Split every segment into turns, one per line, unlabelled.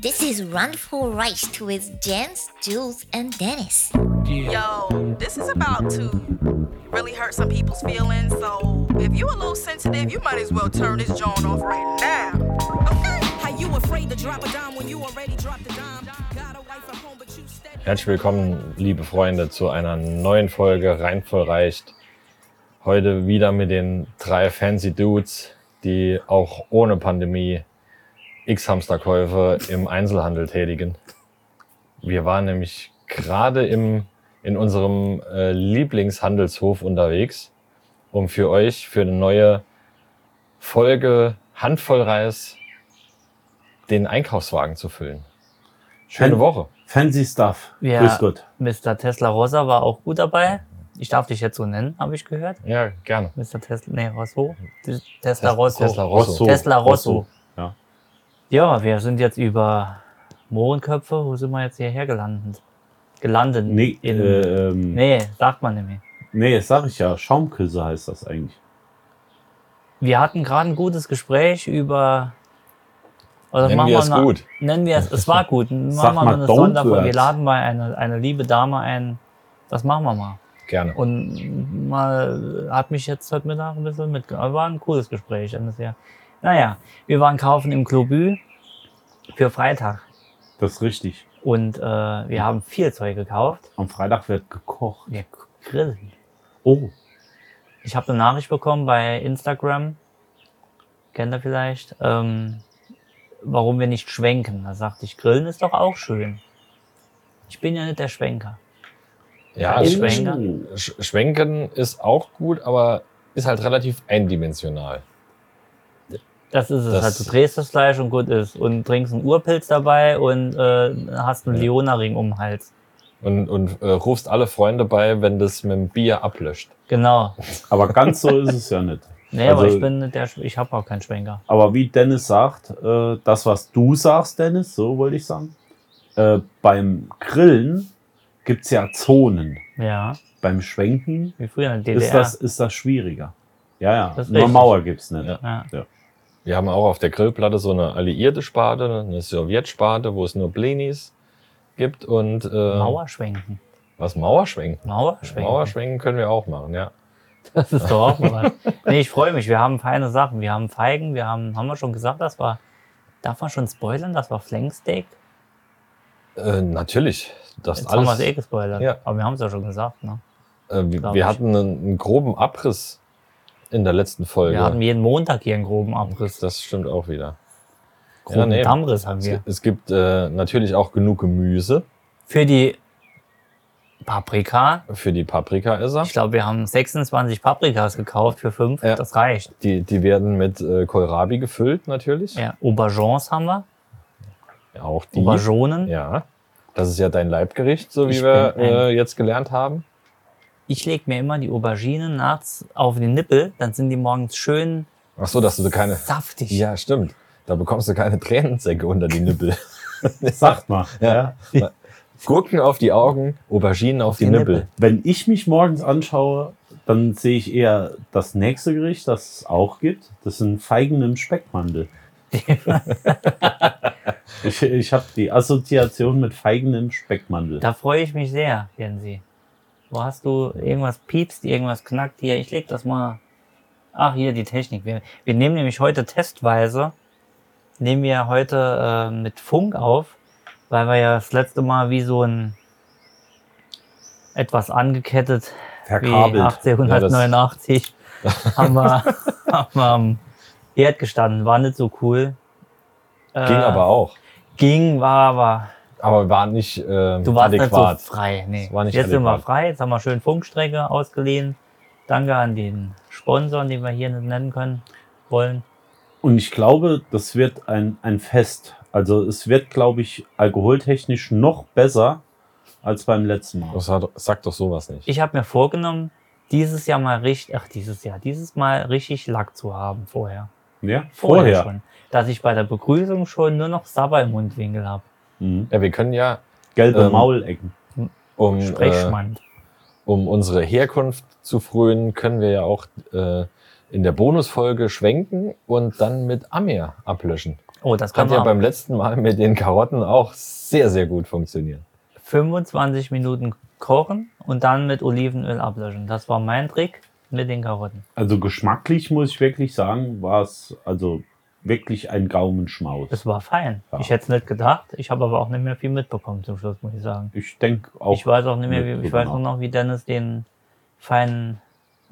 This is Run for Rice with Jens, Jules, and Dennis.
Yo, this is about to really hurt some people's feelings. So if you a little sensitive, you might as well turn this joint off right now. Okay? How you afraid to drop a dime when you already dropped a dime? Got a wife at home, but you steady.
Herzlich willkommen, liebe Freunde, zu einer neuen Folge Rein voll reicht. Heute wieder mit den drei fancy Dudes, die auch ohne Pandemie X-Hamsterkäufe im Einzelhandel tätigen. Wir waren nämlich gerade im, in unserem äh, Lieblingshandelshof unterwegs, um für euch für eine neue Folge Handvoll Reis den Einkaufswagen zu füllen. Schöne
Hand-
Woche.
Fancy Stuff.
Ja.
Grüß Gott.
Mr. Tesla Rosa war auch gut dabei. Ich darf dich jetzt so nennen, habe ich gehört.
Ja, gerne.
Mr. Tesla, nee, Rosso. Tes- Tesla Rosso.
Tesla Rosso.
Tesla Rosso.
Ja.
Ja, wir sind jetzt über Mohrenköpfe. Wo sind wir jetzt hierher gelandet? Gelandet.
Nee,
in,
äh, ähm, nee.
nee sagt man nicht mehr.
das sag ich ja. Schaumküsse heißt das eigentlich.
Wir hatten gerade ein gutes Gespräch über. Also
Nennen
machen
wir es
mal-
gut.
Nennen wir es, es war gut. Machen wir mal
mal
eine
don't
Sonderfolge. Wir
words.
laden mal eine, eine liebe Dame ein. Das machen wir mal.
Gerne.
Und mal hat mich jetzt heute Mittag ein bisschen mitgenommen. War ein cooles Gespräch. an das Jahr. Naja, wir waren kaufen im Klobü für Freitag.
Das ist richtig.
Und äh, wir haben viel Zeug gekauft.
Am Freitag wird gekocht.
Wir grillen.
Oh,
Ich habe eine Nachricht bekommen bei Instagram. Kennt ihr vielleicht? Ähm, warum wir nicht schwenken. Da sagte ich, grillen ist doch auch schön. Ich bin ja nicht der Schwenker.
Ja,
Ein
Sch
Schwenker.
Sch- Schwenken ist auch gut, aber ist halt relativ eindimensional.
Das ist es
Das-
halt. Du drehst das Fleisch und gut ist. Und trinkst einen Urpilz dabei und äh, hast einen
Ja.
Leona-Ring um den Hals.
Und, und äh, rufst alle Freunde bei, wenn das mit dem Bier ablöscht.
Genau.
aber ganz so ist es ja nicht.
Nee, aber
Also-
ich bin nicht der, Sch- ich habe auch keinen Schwenker.
Aber wie Dennis sagt, äh, das, was du sagst, Dennis, so wollte ich sagen, äh, beim Grillen gibt's ja Zonen.
Ja,
Beim Schwenken
wie früher in der DDR.
ist das, ist das schwieriger. Ja, ja,
Das ist
eine
richtig.
Mauer gibt's nicht.
Ja.
ja.
Wir haben auch auf der Grillplatte so eine alliierte Sparte, eine Sowjetsparte, wo es nur Blinis gibt und äh,
Mauerschwenken.
was Mauerschwenken.
Mauerschwenken.
Mauerschwenken können wir auch machen, ja.
Das ist doch auch mal was. Nee, ich freue mich. Wir haben feine Sachen. Wir haben Feigen. Wir haben, haben wir schon gesagt, das war, darf man schon spoilern? Das war Flanksteak.
Äh, natürlich. Das
Jetzt haben wir
alles.
es eh gespoilert.
Ja.
Aber wir haben es ja schon gesagt, ne?
äh, wir
glaub
wir
ich.
hatten einen, einen groben Abriss in der letzten Folge.
Wir hatten jeden Montag hier einen groben Abriss.
das stimmt auch wieder.
Groben
nee.
Dammriss haben
Es,
wir.
es gibt äh, natürlich auch genug Gemüse.
Für die Paprika.
für die Paprikaesser.
Ich glaube, wir haben 26 Paprikas gekauft für fünf.
Ja.
Das reicht.
Die, die werden mit äh, Kohlrabi gefüllt natürlich.
Ja. Aubergines haben wir.
Auch die.
Auberginen.
Mhm. Ja. Das ist ja dein Leibgericht, so wie
Ich
wir
bin ein-
äh, jetzt gelernt haben.
Ich lege mir immer die Auberginen nachts auf den Nippel, dann sind die morgens schön
Ach so, dass du keine.
saftig.
Ja, stimmt. Da bekommst du keine Tränensäcke unter die Nippel.
Sagt mal.
ja. Gurken auf die Augen, Auberginen auf, die,
die
Nippel.
Nippel.
Wenn ich mich morgens anschaue, dann sehe ich eher das nächste Gericht, das es auch gibt. Das sind Feigen im Speckmantel. ich ich habe die Assoziation mit Feigen im Speckmantel.
Da freue ich mich sehr, Jensi. Wo hast du irgendwas piepst, irgendwas knackt hier? Ich lege das mal. Ach, hier die Technik. Wir, wir nehmen nämlich heute testweise, nehmen wir heute äh, mit Funk auf, weil wir ja das letzte Mal wie so ein etwas angekettet, wie
Verkabelt.
1889 haben, wir, haben wir am Herd gestanden. War nicht so cool. Äh,
Ging aber auch.
Ging, war aber
Aber war nicht äh,
Du warst
adäquat.
nicht so frei. Nee.
Das war nicht
jetzt sind wir
adäquat.
frei, jetzt haben wir schön Funkstrecke ausgeliehen. Danke an den Sponsor, den wir hier nicht nennen können, wollen.
Und ich glaube, das wird ein, ein Fest. Also es wird, glaube ich, alkoholtechnisch noch besser als beim letzten Mal.
das hat, sag doch sowas nicht.
Ich habe mir vorgenommen, dieses Jahr mal richtig, ach dieses Jahr, dieses Mal richtig Lack zu haben vorher.
Ja, vorher.
schon. Dass ich bei der Begrüßung schon nur noch Sabber im Mundwinkel habe.
Mhm.
ja, wir können ja,
Gelbe
Ähm,
Maulecken.
um, äh,
Sprechschmand.
um unsere Herkunft zu frönen, können wir ja auch äh, in der Bonusfolge schwenken und dann mit Amir ablöschen.
Oh, das kann
Hat ja
man
beim letzten Mal mit den Karotten auch sehr, sehr gut funktioniert.
25 Minuten kochen und dann mit Olivenöl ablöschen. Das war mein Trick mit den Karotten.
Also geschmacklich muss ich wirklich sagen, war es also wirklich ein Gaumenschmaus.
Es war fein.
Ja.
Ich hätte es nicht gedacht. Ich habe aber auch nicht mehr viel mitbekommen zum Schluss, muss ich sagen.
Ich denke auch.
ich weiß auch nicht mehr, wie, ich weiß nur
mitbekommen.
noch, wie Dennis den feinen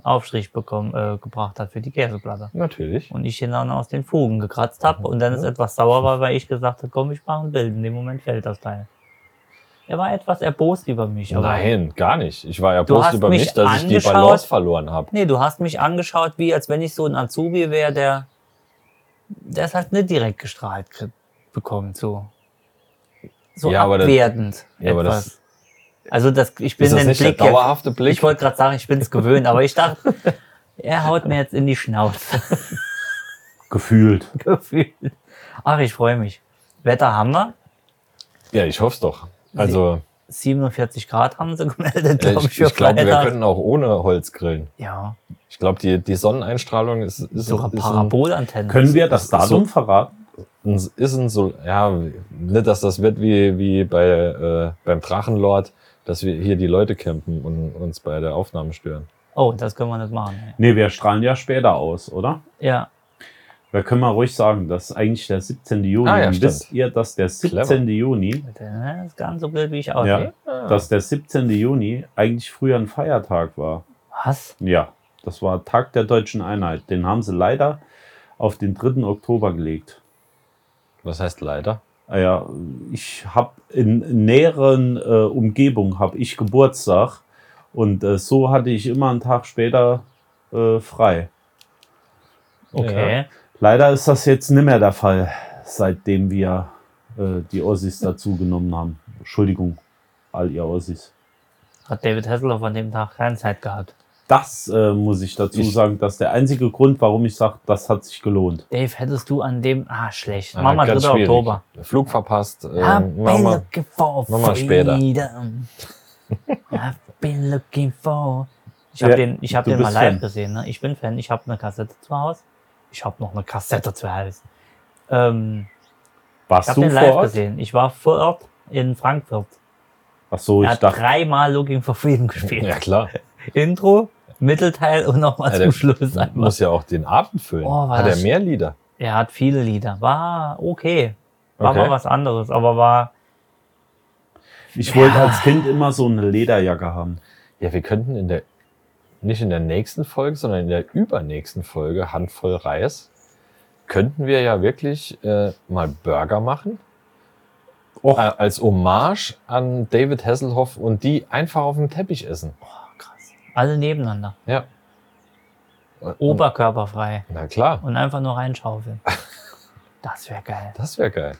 Aufstrich bekommen, äh, gebracht hat für die Käseplatte.
Natürlich.
Und ich ihn dann aus den Fugen gekratzt habe und Dennis etwas sauer war, weil ich gesagt habe, komm, ich mache ein Bild. In dem Moment fällt das Teil. Er war etwas erbost über mich. aber-
Nein, gar nicht. Ich war ja
Du hast
bloß über
mich
mich, dass ich die
angeschaut.
Balance verloren habe.
Nee, du hast mich angeschaut, wie als wenn ich so ein Azubi wäre, der der es halt nicht direkt gestrahlt krie- bekommt, so so
Ja, aber das-
abwertend
ja, aber das-
etwas. also das, ich bin
Ist das
den
nicht
Blick
der dauerhafte
ja,
Blick?
Ich wollte gerade sagen, ich bin es gewöhnt, aber ich dachte, er haut mir jetzt in die Schnauze
Gefühlt.
gefühlt. Ach, ich freue mich. Wetter haben wir.
ja, ich hoffe es doch. Also,
47 Grad haben sie gemeldet,
äh,
glaube ich,
ich,
für
ich glaube, wir
Freitag.
könnten auch ohne Holz grillen.
Ja,
Ich glaube, die, die Sonneneinstrahlung ist, ist,
sogar
ist ein
Parabolantenne.
Können wir das
So-
Datum verraten?
ein, ist ein so, ja, nicht, dass das wird wie, wie bei, äh, beim Drachenlord, dass wir hier die Leute campen und uns bei der Aufnahme stören.
oh, das können wir nicht machen.
Nee, wir strahlen ja später aus, oder?
Ja,
Da können wir ruhig sagen, das ist eigentlich der 17. Juni.
Ah, ja,
Und Wisst
stimmt.
ihr, dass der 17.
Clever.
Juni,
ne? das ist gar nicht so blöd, wie ich aussehe.
ja,
Ah.
dass der 17. Juni eigentlich früher ein Feiertag war?
Was?
Ja, das war Tag der deutschen Einheit. Den haben sie leider auf den 3. Oktober gelegt.
Was heißt leider?
Ah Ja, ich habe in näheren äh, Umgebung habe ich Geburtstag und äh, so hatte ich immer einen Tag später äh, frei.
Okay.
Leider ist das jetzt nicht mehr der Fall, seitdem wir äh, die Ossis dazugenommen haben. Entschuldigung, all ihr Ossis.
Hat David Hasselhoff an dem Tag keine Zeit gehabt.
Das äh, muss ich dazu
Ich-
sagen, dass der einzige Grund, warum ich sage, das hat sich gelohnt.
Dave, hättest du an dem. Ah, schlecht.
Ja,
Mach mal 3.
ganz schwierig.
Oktober.
Flug verpasst. Ähm,
I've
mach
been
mal.
looking for
mach mal später.
freedom. I've been looking for. Ich habe
Ja,
den, ich hab
du
den mal
bist
live
Fan.
gesehen. Ne? Ich bin Fan. Ich habe eine Kassette zu Hause. Ich habe noch eine Kassette zu Hause. Ähm, ich
Warst
habe
du
den
vor
live
Ort?
gesehen. Ich war vor Ort in Frankfurt.
Ach so, ich
Er hat
dachte,
dreimal Looking for Freedom gespielt.
Ja, klar.
Intro, Mittelteil und nochmal
Ja,
zum
der
Schluss einmal.
Muss ja auch den Abend füllen.
Oh, war
Hat er
das-
mehr Lieder?
Er hat viele Lieder. War okay. War
Okay.
mal was anderes, aber war.
ich wollte als Kind immer so eine Lederjacke haben.
Ja, wir könnten in der, nicht in der nächsten Folge, sondern in der übernächsten Folge, Handvoll Reis, könnten wir ja wirklich äh, mal Burger machen.
Och.
Äh, als Hommage an David Hasselhoff und die einfach auf dem Teppich essen.
Krass. Alle nebeneinander.
Ja. Und-
Oberkörperfrei.
Na klar,
Und einfach nur reinschaufeln. Das wäre geil.
das wäre geil.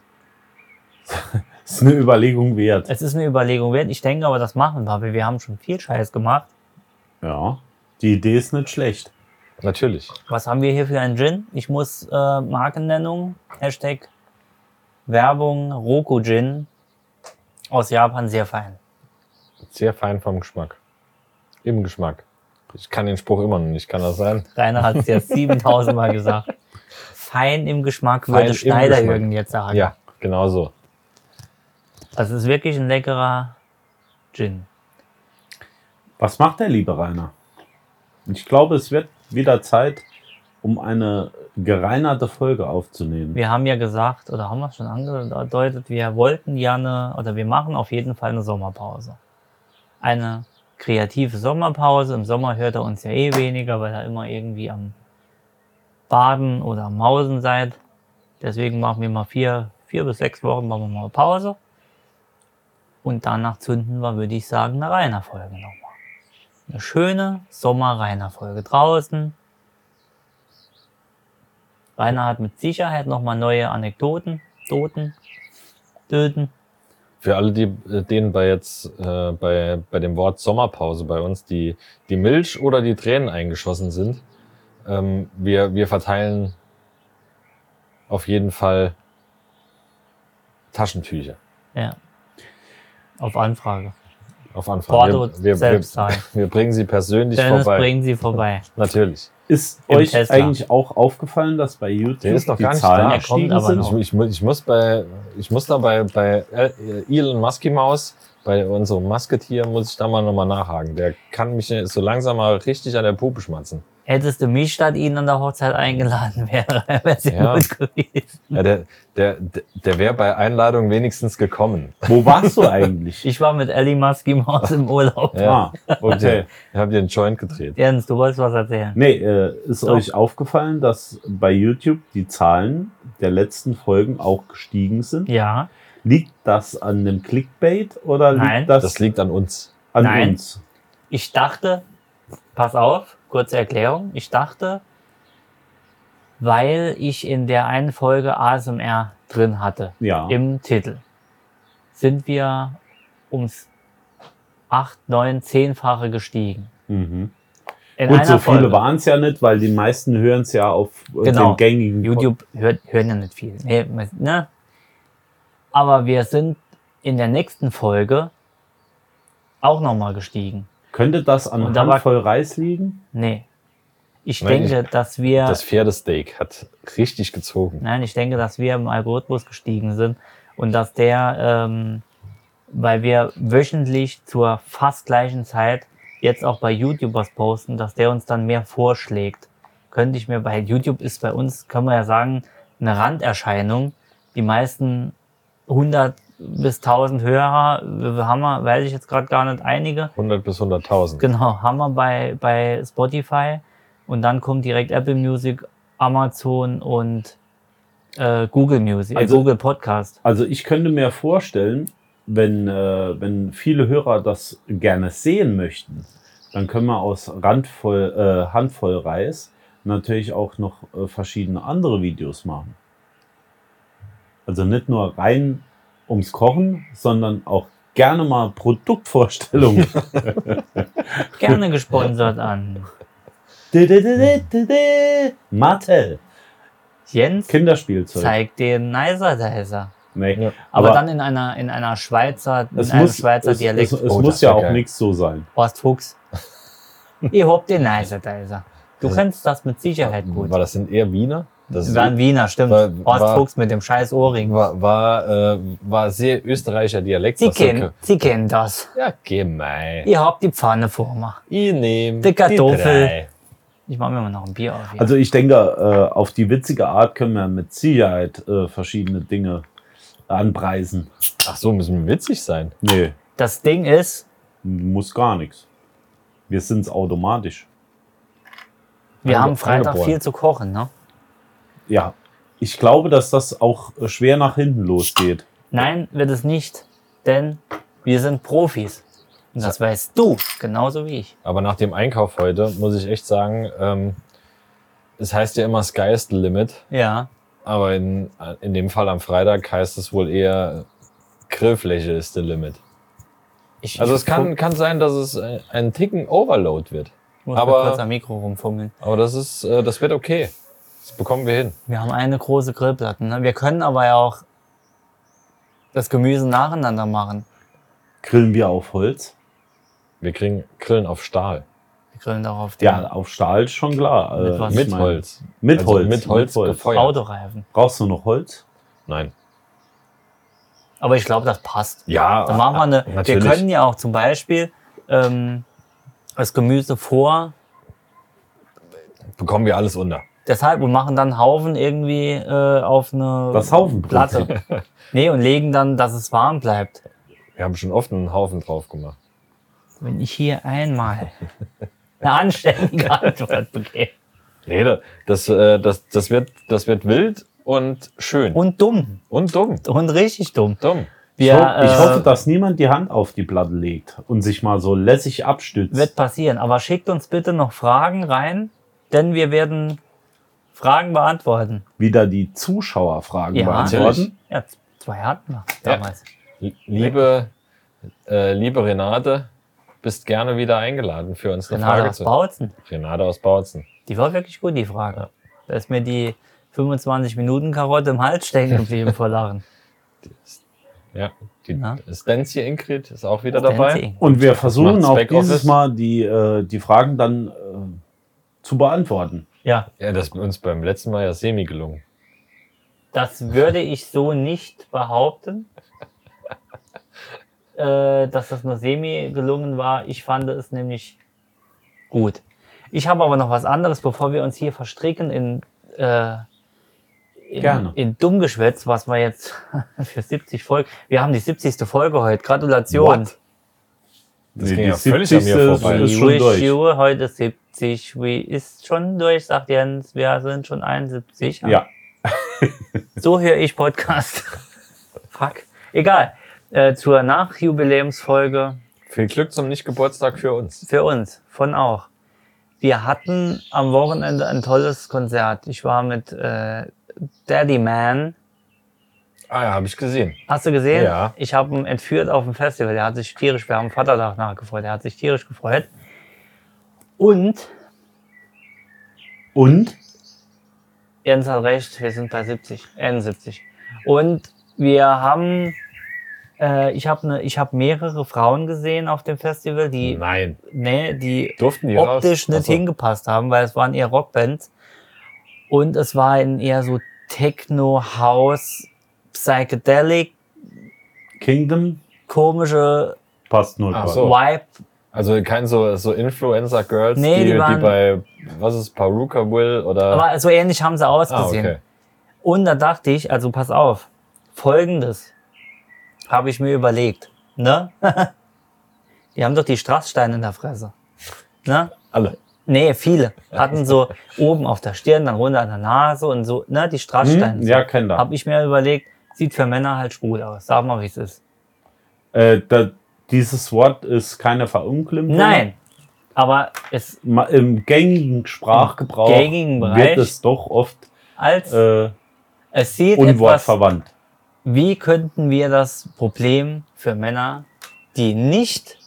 Ist eine Überlegung wert.
Es ist eine Überlegung wert. Ich denke aber, das machen wir, weil wir haben schon viel Scheiß gemacht.
Ja, die Idee ist nicht schlecht.
Natürlich.
Was haben wir hier für einen Gin? Ich muss äh, Markennennung, Hashtag Werbung, Roku Gin. Aus Japan sehr fein.
Sehr fein vom Geschmack. Im Geschmack. Ich kann den Spruch immer noch nicht, kann das sein?
Rainer hat es ja 7000 Mal gesagt. Fein im Geschmack
Fein
würde
im
Schneider
Geschmack.
Jürgen jetzt sagen.
Ja, genau so.
Das ist wirklich ein leckerer Gin.
Was macht der liebe Rainer? Ich glaube, es wird wieder Zeit, um eine gereinerte Folge aufzunehmen.
Wir haben ja gesagt, oder haben wir schon angedeutet, wir wollten ja eine, oder wir machen auf jeden Fall eine Sommerpause. Eine kreative Sommerpause. Im Sommer hört er uns ja eh weniger, weil er immer irgendwie am Baden oder am Mausen seid. Deswegen machen wir mal vier, vier bis sechs Wochen machen wir mal Pause. Und danach zünden wir, würde ich sagen, eine Rainer-Folge nochmal. Eine schöne Sommer-Rainer-Folge draußen. Rainer hat mit Sicherheit nochmal neue Anekdoten, Doten, Döten.
Für alle, die äh, denen bei jetzt äh, bei, bei dem Wort Sommerpause bei uns die, die Milch oder die Tränen eingeschossen sind, ähm, wir, wir verteilen auf jeden Fall Taschentücher.
Ja. Auf Anfrage.
auf Anfang.
Porto
wir, wir,
selbst
wir,
zahlen.
wir bringen sie persönlich
Dennis
vorbei.
bringen sie vorbei.
Natürlich.
Ist
Im
euch
Tesla.
eigentlich auch aufgefallen, dass bei YouTube
Der ist noch
die
gar nicht
Zahlen
da. Er kommt
gestiegen
aber
sind?
noch.
Ich, ich, mu- ich muss bei, ich muss da bei, bei äh, Elon Musky Maus, bei unserem Musketier, muss ich da mal nochmal nachhaken. Der kann mich so langsam mal richtig an der Puppe schmatzen.
Hättest du mich statt ihnen an der Hochzeit eingeladen, wäre es
Ja.
ja. gut gewesen.
Ja, der der, der, der wäre bei Einladung wenigstens gekommen.
Wo warst du eigentlich?
Ich war mit Ellie Musky Maus im Urlaub.
Ja.
Ah,
Und
okay.
der, ich habe dir einen Joint gedreht.
Jens, du wolltest was erzählen.
Nee, äh, ist
Doch.
euch aufgefallen, dass bei YouTube die Zahlen der letzten Folgen auch gestiegen sind?
Ja,
Liegt das an dem Clickbait oder
Nein.
liegt das,
Das liegt an uns.
an
Nein.
uns?
ich dachte, pass auf, kurze Erklärung. Ich dachte, weil ich in der einen Folge ASMR drin hatte,
Ja.
im Titel, sind wir ums 8, 9, 10-fache gestiegen.
Mhm.
In
Gut,
einer
so viele
Folge.
waren es ja nicht, weil die meisten hören es ja auf äh,
Genau.
den gängigen
YouTube hört, hören ja nicht viel. Nee, man- ne? Aber wir sind in der nächsten Folge auch nochmal gestiegen.
Könnte das an
Und da war-
Handvoll Reis liegen?
Nee. Ich
Nein,
denke, dass wir.
Das Pferdesteak hat richtig gezogen.
nein, ich denke, dass wir im Algorithmus gestiegen sind und dass der, ähm, weil wir wöchentlich zur fast gleichen Zeit jetzt auch bei YouTube was posten, dass der uns dann mehr vorschlägt. Könnte ich mir bei YouTube ist bei uns, können wir ja sagen, eine Randerscheinung. Die meisten 100 bis 1000 Hörer äh, haben wir, weiß ich jetzt gerade gar nicht, einige.
100 bis 100.000.
Genau, haben wir bei, bei Spotify und dann kommt direkt Apple Music, Amazon und äh, Google Music,
Also-
äh, Google Podcast.
Also ich könnte mir vorstellen, wenn, äh, wenn viele Hörer das gerne sehen möchten, dann können wir aus Randvoll, äh, Handvoll Reis natürlich auch noch äh, verschiedene andere Videos machen. Also nicht nur rein ums Kochen, sondern auch gerne mal Produktvorstellungen.
Gerne gesponsert an
Di, di, di, di, di, di. Mattel.
Jens.
Kinderspielzeug.
Zeigt den Nicer Dicer.
Nee.
Ja.
Aber, dann in einer, in einer Schweizer, in
es
einem
muss,
Schweizer
es,
Dialekt.
Es, es
Oh,
muss
das
ja
wär
auch
geil.
nichts so sein.
Horst Fuchs. ich hab den Nicer Dicer. Du
Das-
kannst das mit Sicherheit gut.
War das denn eher Wiener? Das ist-
War in Wiener, stimmt.
War-
Horst
war-
Fuchs mit dem scheiß Ohrring.
war, war, äh, war sehr österreichischer Dialekt.
Sie
was so
kennen,
ge-
Sie kennen das.
Ja, gemein.
Ich hab die Pfanne vor mir.
Ich nehme
Die Kartoffel.
drei.
Ich mache mir mal noch ein Bier auf. hier.
Also ich denke, äh, auf die witzige Art können wir mit Sicherheit äh, verschiedene Dinge anpreisen.
Ach so, müssen wir witzig sein.
Nee,
das Ding ist,
muss gar nichts. Wir sind es automatisch.
wir
Ange-
haben Freitag
angeboren.
viel zu kochen, ne?
Ja, ich glaube, dass das auch äh, schwer nach hinten losgeht.
Nein, wird es nicht, denn wir sind Profis. Und das weißt du, genauso wie ich.
Aber nach dem Einkauf heute muss ich echt sagen, ähm, es heißt ja immer Sky's the Limit,
Ja.
aber in, in dem Fall am Freitag heißt es wohl eher Grillfläche ist the Limit.
Ich,
Also
ich
es kann,
guck-
kann sein, dass es ein, ein Ticken Overload wird.
ich muss aber
aber-
kurz am Mikro rumfummeln.
Aber das ist, äh, das wird okay. Das bekommen wir hin.
Wir haben eine große Grillplatte. Ne? Wir können aber ja auch das Gemüse nacheinander machen.
Grillen wir auf Holz?
Wir kriegen Grillen auf Stahl.
Wir grillen darauf den
Ja, auf Stahl ist schon klar.
Mit was?
ich
Mit
meine,
Holz.
Mit
Also
Holz.
mit Holz gefeuert.
Autoreifen.
Brauchst du noch Holz?
Nein.
Aber ich glaube, das passt.
Ja,
Dann machen wir eine.
Ah, natürlich.
Wir können ja auch zum Beispiel ähm, das Gemüse vor
bekommen wir alles unter.
Deshalb und machen dann Haufen irgendwie äh, auf eine
Das Haufenbrot.
Platte. nee, und legen dann, dass es warm bleibt.
Wir haben schon oft einen Haufen drauf gemacht.
Wenn ich hier einmal eine anständige Antwort bekäme.
Nee, da- das, äh, das, das, wird, das wird wild und schön. Und,
Und dumm.
dumm.
Und richtig dumm.
Dumm.
Wir,
ich
äh,
hoffe, dass niemand die Hand auf die Platte legt und sich mal so lässig abstützt.
Wird passieren. Aber schickt uns bitte noch Fragen rein, denn wir werden Fragen beantworten.
Wieder die Zuschauerfragen
Ja.
beantworten.
Ja, z- zwei hatten wir damals.
Liebe, äh, liebe Renate, bist gerne wieder eingeladen für uns eine
Renate
Frage
aus
zu.
Bautzen.
Renate aus Bautzen.
Die war wirklich gut, die Frage. Da ist mir die 25-Minuten-Karotte im Hals stecken geblieben vor Lachen.
Ja, die
Ja.
Stancy Ingrid ist auch wieder dabei.
Fancy.
Und wir versuchen
Macht's
auch
Backoffice.
dieses Mal die, äh, die Fragen dann äh, zu beantworten.
Ja,
Ja, das ist uns beim letzten Mal ja semi gelungen.
das würde ich so nicht behaupten, äh, dass das nur semi gelungen war. Ich fand es nämlich gut. Ich habe aber noch was anderes, bevor wir uns hier verstricken in, äh, in,
Gerne.
in Dummgeschwätz, was wir jetzt für 70 Folgen. Wir haben die 70. Folge heute. Gratulation.
What?
Das
Nee,
ging
die
ja völlig an mir
70.
vorbei.
ist
We
schon
wish
durch.
you heute 70. We ist schon durch, sagt Jens. Wir sind schon 71.
Ja.
So höre ich Podcast. Fuck. Egal. Äh, zur Nachjubiläumsfolge
Viel Glück zum Nicht-Geburtstag für uns.
für uns. Von auch. Wir hatten am Wochenende ein tolles Konzert. Ich war mit äh, Daddy Man.
Ah ja, habe ich gesehen.
Hast du gesehen?
Ja.
Ich habe ihn entführt auf dem Festival. Der hat sich tierisch, wir haben Vatertag nachgefreut. Der hat sich tierisch gefreut. Und
Und?
Jens hat recht, wir sind bei 70, 71. Und wir haben, äh, ich habe ne, ich hab mehrere Frauen gesehen auf dem Festival, die,
Nein.
nee, die
Durften Mhm. die raus? Also,
optisch nicht
Ach so.
hingepasst haben, weil es waren eher Rockbands. Und es war in eher so Techno, House, Psychedelic,
Kingdom
komische
passt null.
Ach so.
Vibe.
Also kein so, so Influencer-Girls,
Nee,
die,
die
die,
waren-
bei, was ist, Paruka Will oder...
Aber so ähnlich haben sie
ah,
ausgesehen.
okay.
Und da dachte ich, also pass auf, folgendes habe ich mir überlegt. Ne? die haben doch die Strasssteine in der Fresse. Ne?
Alle.
Hm?
Nee, viele. Hatten so oben auf der Stirn, dann runter an der Nase und so, ne, die Strasssteine.
Hm? Ja, kenn da.
Habe ich mir überlegt, sieht für Männer halt schwul aus. Sag mal, wie es ist.
Äh, da, dieses Wort ist keine Verunglimpfung.
Nein, aber es
Ma- Im gängigen Sprachgebrauch
Im gängigen Bereich.
wird es doch oft
als
äh,
es sieht etwas
unwortverwandt.
wie könnten wir das Problem für Männer, die nicht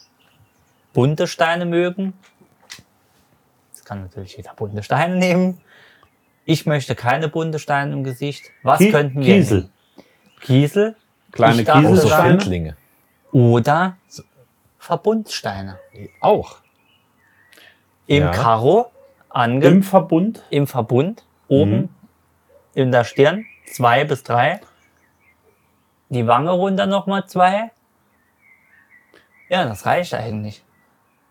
bunte Steine mögen, das kann natürlich jeder bunte Steine nehmen. Ich möchte keine bunte Steine im Gesicht. Was
Ki-
könnten wir
Kiesel.
nehmen? Kiesel
Kleine
Ich dachte
Große
Steine?
Oh, Findlinge.
oder Verbundsteine.
Auch.
Im
Ja.
Karo, ange
Im
im,
Verbund
Verbund, oben
Mhm.
in der Stirn, zwei bis drei. Die Wange runter nochmal zwei. Ja, das reicht eigentlich.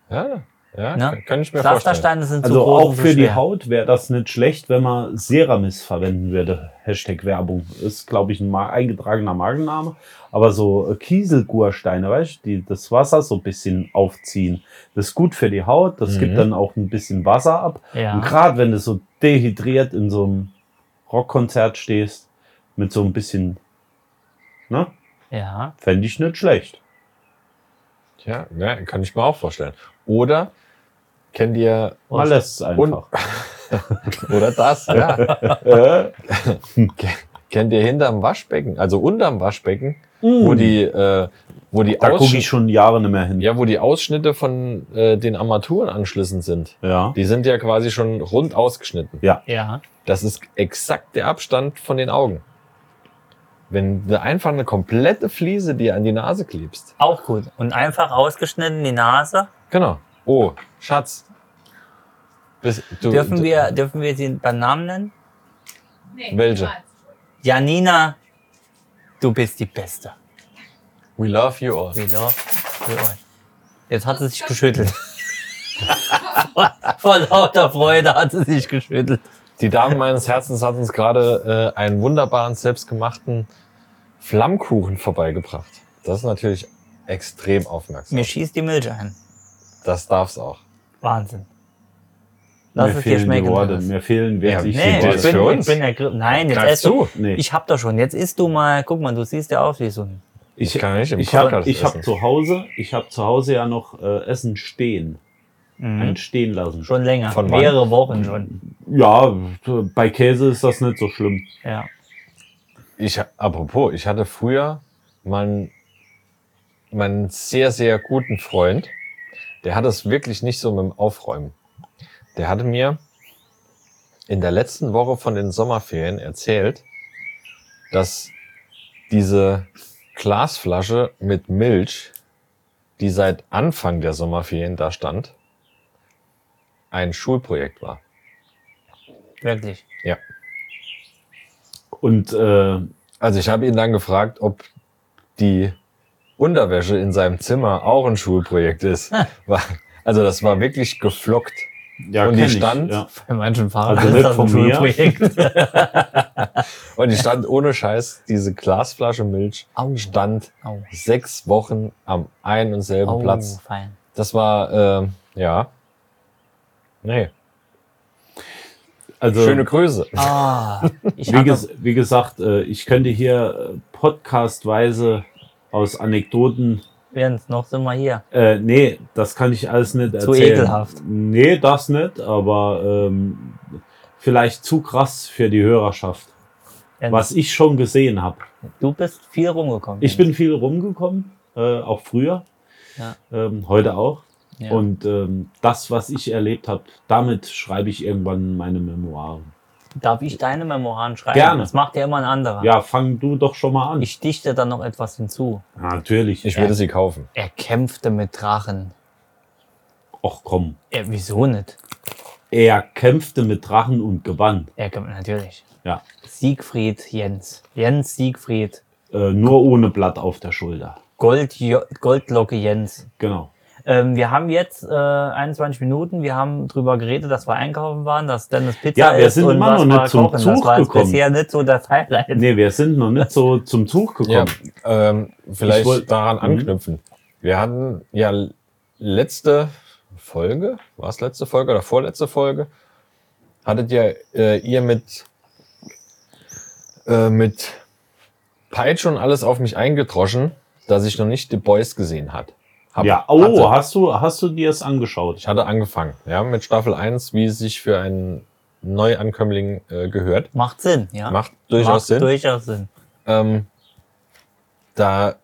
ne?
Ja, ja
Na?
kann- kann ich mir vorstellen.
Pflastersteine sind
Also
zu groß
auch
und zu
für die
schwer.
Haut wäre das nicht schlecht, wenn man Ceramis verwenden würde. Hashtag Werbung. Ist, glaube ich, ein ma- eingetragener Markenname. Aber so äh, Kieselgursteine, weißt du, die das Wasser so ein bisschen aufziehen. Das ist gut für die Haut, das
Mhm.
gibt dann auch ein bisschen Wasser ab. Und
Ja.
gerade wenn du so dehydriert in so einem Rockkonzert stehst, mit so ein bisschen, ne,
ja.
fände ich nicht schlecht.
Ja, ja, kann ich mir auch vorstellen. Oder kennt ihr
Mal lässt es einfach.
oder das? Ja. Äh, Ke- kennt ihr hinterm Waschbecken, also unterm Waschbecken, wo die, äh, wo die
Mm. da gucke
Ausschn-
ich schon Jahre nicht mehr hin.
ja, wo die Ausschnitte von äh, den Armaturenanschlüssen sind.
ja.
Die sind ja quasi schon rund ausgeschnitten.
Ja.
Das ist exakt der Abstand von den Augen. Wenn du einfach eine komplette Fliese dir an die Nase klebst.
Auch gut. Und einfach ausgeschnitten die Nase.
Genau. Oh, Schatz. Bist du,
Dürfen wir, dürfen wir sie beim Namen nennen?
Welche?
Janina, du bist die Beste.
We love you all.
We love you all. Jetzt hat sie sich geschüttelt. Vor lauter Freude hat sie sich geschüttelt.
Die Dame meines Herzens hat uns gerade äh, einen wunderbaren, selbstgemachten Flammkuchen vorbeigebracht. Das ist natürlich extrem aufmerksam.
Mir schießt die Milch ein.
Das darf's auch.
Wahnsinn. Lass
mir
es dir
fehlen die
schmecken.
Worte.
Johannes.
Mir fehlen wirklich
Ja,
Nee,
die
das ist
Worte.
ich
für
bin, ich
uns.
bin ergriffen. Nein, jetzt
Greif
ess du.
zu.
Nee.
Ich hab doch schon. Jetzt isst du mal. Guck mal, du siehst ja aus wie so ein.
Ich kann nicht im
Ich habe
Podcast
ich hab
essen.
zu Hause, ich habe zu Hause ja noch äh, Essen stehen, ein
Mhm.
stehen lassen.
Schon länger.
Von wann?
mehrere Wochen schon.
Ja, bei Käse ist das nicht so schlimm.
Ja.
Ich, apropos, ich hatte früher meinen, meinen sehr, sehr guten Freund, der hat es wirklich nicht so mit dem Aufräumen. Der hatte mir in der letzten Woche von den Sommerferien erzählt, dass diese Glasflasche mit Milch, die seit Anfang der Sommerferien da stand, ein Schulprojekt war.
Wirklich.
Ja.
Und äh,
Also ich habe ihn dann gefragt, ob die Unterwäsche in seinem Zimmer auch ein Schulprojekt ist.
Ah.
War- Also das war wirklich geflockt.
ja,
Und die
kenn ich,
stand?
Ja.
Bei manchen Fahrern
Also
ist
nicht
das ein
von mir.
Schulprojekt.
Und die stand ohne Scheiß, diese Glasflasche Milch
Au.
stand
Au.
sechs Wochen am einen und selben
Oh,
Platz.
fein.
Das war, äh, ja. Nee,
Also,
schöne Größe.
Ah, ich
wie,
hatte,
ges wie gesagt, äh, ich könnte hier äh, podcastweise aus Anekdoten
Jens, noch sind wir hier.
Äh, nee, das kann ich alles nicht
Zu
erzählen.
ekelhaft.
Nee, das nicht, aber ähm, vielleicht zu krass für die Hörerschaft.
Jens,
Was ich schon gesehen habe.
Du bist viel rumgekommen.
Ich bin viel rumgekommen, äh, auch früher,
Ja.
ähm, heute auch.
Ja.
Und ähm, das, was ich erlebt habe, damit schreibe ich irgendwann meine Memoiren.
Darf ich deine Memoiren schreiben?
Gerne.
Das macht ja immer ein anderer.
Ja, fang du doch schon mal an.
Ich dichte dann noch etwas hinzu.
Ja, natürlich.
Ich würde sie kaufen.
Er kämpfte mit Drachen.
Och komm.
Er, wieso nicht?
Er kämpfte mit Drachen und gewann.
Er kämpft natürlich.
Ja.
Siegfried Jens. Jens Siegfried.
Äh, nur ohne Blatt auf der Schulter.
Gold, Goldlocke Jens.
Genau.
Ähm, wir haben jetzt äh, 21 Minuten. Wir haben drüber geredet, dass wir einkaufen waren, dass Dennis Pizza
Ja, wir
ist
sind
und
immer
was
noch
wir
nicht zum
kochen.
Zug
Das war jetzt
gekommen.
bisher nicht so das Highlight.
Nee, wir sind noch nicht so zum Zug
Ja,
gekommen.
ähm, vielleicht
Ich wollt-
daran
Mhm.
anknüpfen. Wir hatten ja letzte Folge, war es letzte Folge oder vorletzte Folge, hattet ja äh, ihr mit, äh, mit Peitsche und alles auf mich eingedroschen, dass ich noch nicht The Boys gesehen hat. Hab-
Ja, oh,
hatte.
hast du, hast du dir das angeschaut?
Ich hatte angefangen, ja, mit Staffel 1, wie es sich für einen Neuankömmling äh, gehört.
Macht Sinn, ja.
Macht durchaus
Macht
Sinn.
durchaus Sinn.
ähm, da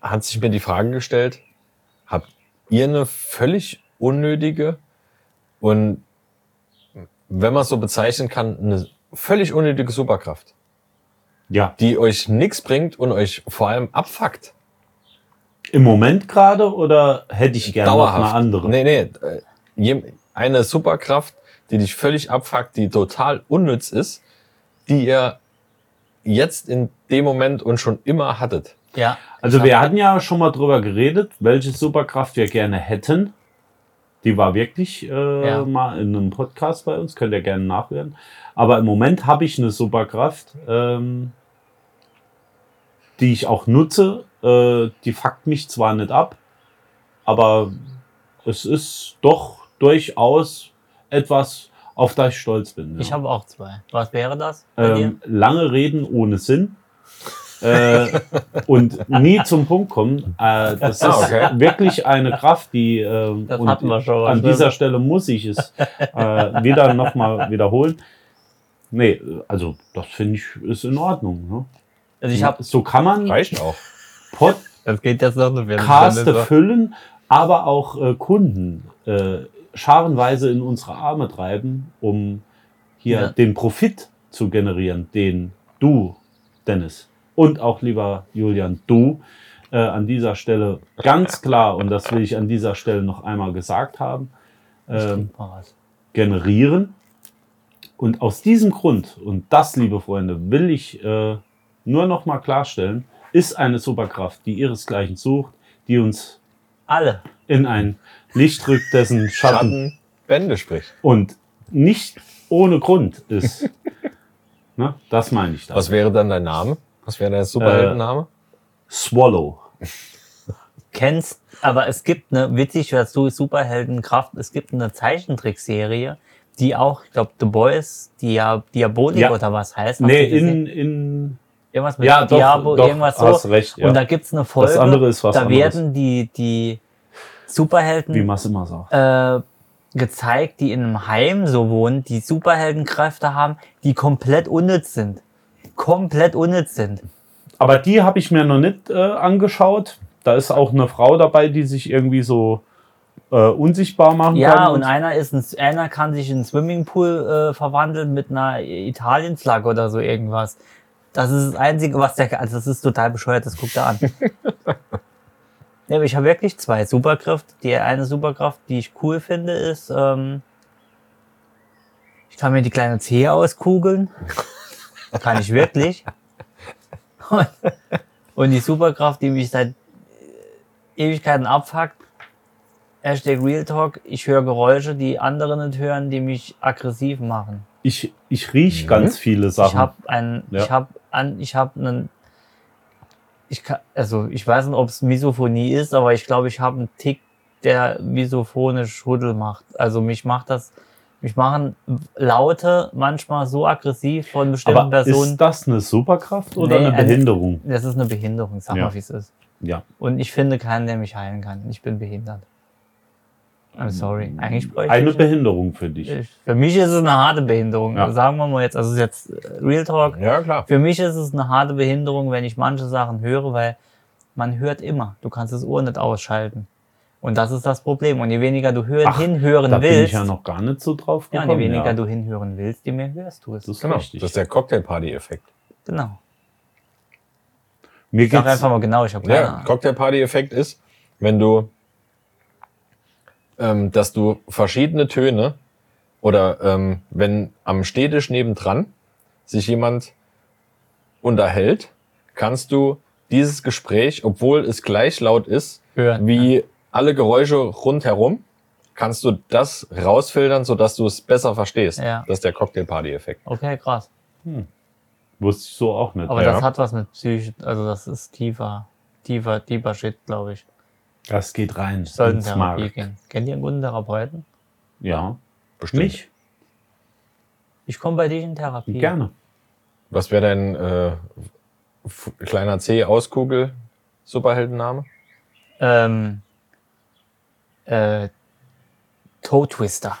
hat sich mir die Frage gestellt, habt ihr eine völlig unnötige und wenn man es so bezeichnen kann, eine völlig unnötige Superkraft,
ja,
die euch nichts bringt und euch vor allem abfuckt.
im Moment gerade oder hätte ich gerne noch eine andere?
Äh, Nee, nee. äh, je- Eine Superkraft, die dich völlig abfuckt, die total unnütz ist, die ihr jetzt in dem Moment und schon immer hattet.
Ja.
also wir hatten ja schon mal drüber geredet, welche Superkraft wir gerne hätten. Die war wirklich äh,
Ja.
mal in einem Podcast bei uns, könnt ihr gerne nachhören. Aber im Moment habe ich eine Superkraft, ähm, die ich auch nutze. Äh, die fuckt mich zwar nicht ab, aber es ist doch durchaus etwas, auf das ich stolz bin. ja.
Ich habe auch zwei. Was wäre das bei dir?
Genau. ähm, lange Reden ohne Sinn äh, und nie zum Punkt kommen. Äh, das ist
Ah, okay.
wirklich eine Kraft, die ähm,
Das
und
hatten wir schon mal,
an
stimmt.
dieser Stelle muss ich es äh, wieder nochmal wiederholen. Nee, also das finde ich ist in Ordnung. Ne?
Also ich habe.
so kann man
Reicht auch.
Podcaste
Das geht jetzt noch nicht.
füllen, aber auch äh, Kunden äh, scharenweise in unsere Arme treiben, um hier
Ja.
den Profit zu generieren, den du, Dennis, und auch lieber Julian, du äh, an dieser Stelle ganz klar, und das will ich an dieser Stelle noch einmal gesagt haben, ähm,
Oh,
generieren. Und aus diesem Grund, und das, liebe Freunde, will ich äh, nur noch mal klarstellen, ist eine Superkraft, die ihresgleichen sucht, die uns
Alle.
in ein Licht rückt, dessen Schatten
Schatten Bände spricht.
und nicht ohne Grund ist. ne? Das meine ich da.
Was wäre dann dein Name? Was wäre dein Superheldenname?
Swallow.
Kennst. Aber es gibt eine, witzig wärst du, Superheldenkraft, es gibt eine Zeichentrickserie, die auch, ich glaube, The Boys, Dia Diabolik
Ja.
oder was heißt. Hast
Nee,
du
in,
gesehen?
in
irgendwas mit
Ja, doch,
Diabo,
doch,
irgendwas so.
hast recht, ja.
Und da gibt's eine Folge.
Das andere ist was
Da
anderes.
werden die, die
wie
Superhelden
man es immer sagt.
äh, gezeigt, die in einem Heim so wohnen, die Superheldenkräfte haben, die komplett unnütz sind. Komplett unnütz sind.
Aber die habe ich mir noch nicht äh, angeschaut. Da ist auch eine Frau dabei, die sich irgendwie so äh, unsichtbar machen kann.
Ja, und einer ist ein, einer kann sich in einen Swimmingpool äh, verwandeln mit einer Italienflagge oder so irgendwas. Das ist das Einzige, was der. Also, das ist total bescheuert, das guckt er an. ja, aber ich habe wirklich zwei Superkräfte. Die eine Superkraft, die ich cool finde, ist, ähm, ich kann mir die kleine Zehe auskugeln. kann ich wirklich. Und, und die Superkraft, die mich seit äh, Ewigkeiten abfuckt, Hashtag Real Talk, ich höre Geräusche, die andere nicht hören, die mich aggressiv machen.
Ich, ich rieche ganz viele
Ich
Sachen.
habe einen,
Ja.
ich habe an, ich habe einen, ich kann, also ich weiß nicht, ob es Misophonie ist, aber ich glaube, ich habe einen Tick, der misophonisch Huddel macht. Also mich macht das, mich machen Laute manchmal so aggressiv von bestimmten
Aber
Personen.
ist das eine Superkraft oder
Nee,
eine
also-
Behinderung?
das ist eine Behinderung, sag
Ja.
mal, wie es ist.
Ja.
Und ich finde keinen, der mich heilen kann. Ich bin behindert. I'm sorry. Eigentlich bräuchte
Eine
ich
Behinderung für dich.
ich, für mich ist es eine harte Behinderung.
Ja.
Sagen wir mal jetzt, also es ist jetzt äh, Real Talk.
Ja, klar.
Für mich ist es eine harte Behinderung, wenn ich manche Sachen höre, weil man hört immer. Du kannst das Ohr nicht ausschalten. Und das ist das Problem. Und je weniger du hören,
Ach,
hinhören
Da bin
willst,
ich ja noch gar nicht so drauf
ja,
gekommen.
und je weniger
ja.
du hinhören willst, je mehr hörst du es.
Das ist
Genau.
richtig.
Das ist der Cocktail-Party-Effekt.
Genau.
Mir
Ich sag
geht's,
einfach mal genau, ich habe keine
Ja,
Ahnung.
Cocktail-Party-Effekt ist, wenn du, ähm, dass du verschiedene Töne oder ähm, wenn am Städtisch nebendran sich jemand unterhält, kannst du dieses Gespräch, obwohl es gleich laut ist,
Hören,
wie alle Geräusche rundherum, kannst du das rausfiltern, sodass du es besser verstehst.
Ja.
Das ist der Cocktail-Party-Effekt.
Okay, krass.
wusste ich so auch nicht.
Aber
Ja.
das hat was mit Psyche, also das ist tiefer, tiefer, tiefer Shit, glaube ich.
Das geht rein.
Sollten
ins
Therapie
Mark.
gehen. Kennt ihr einen guten Therapeuten?
Ja.
Bestimmt.
Mich?
Ich komme bei dich in Therapie.
Gerne.
Was wäre dein äh, f- kleiner C Auskugel Superheldenname?
Ähm, äh, Toe Twister.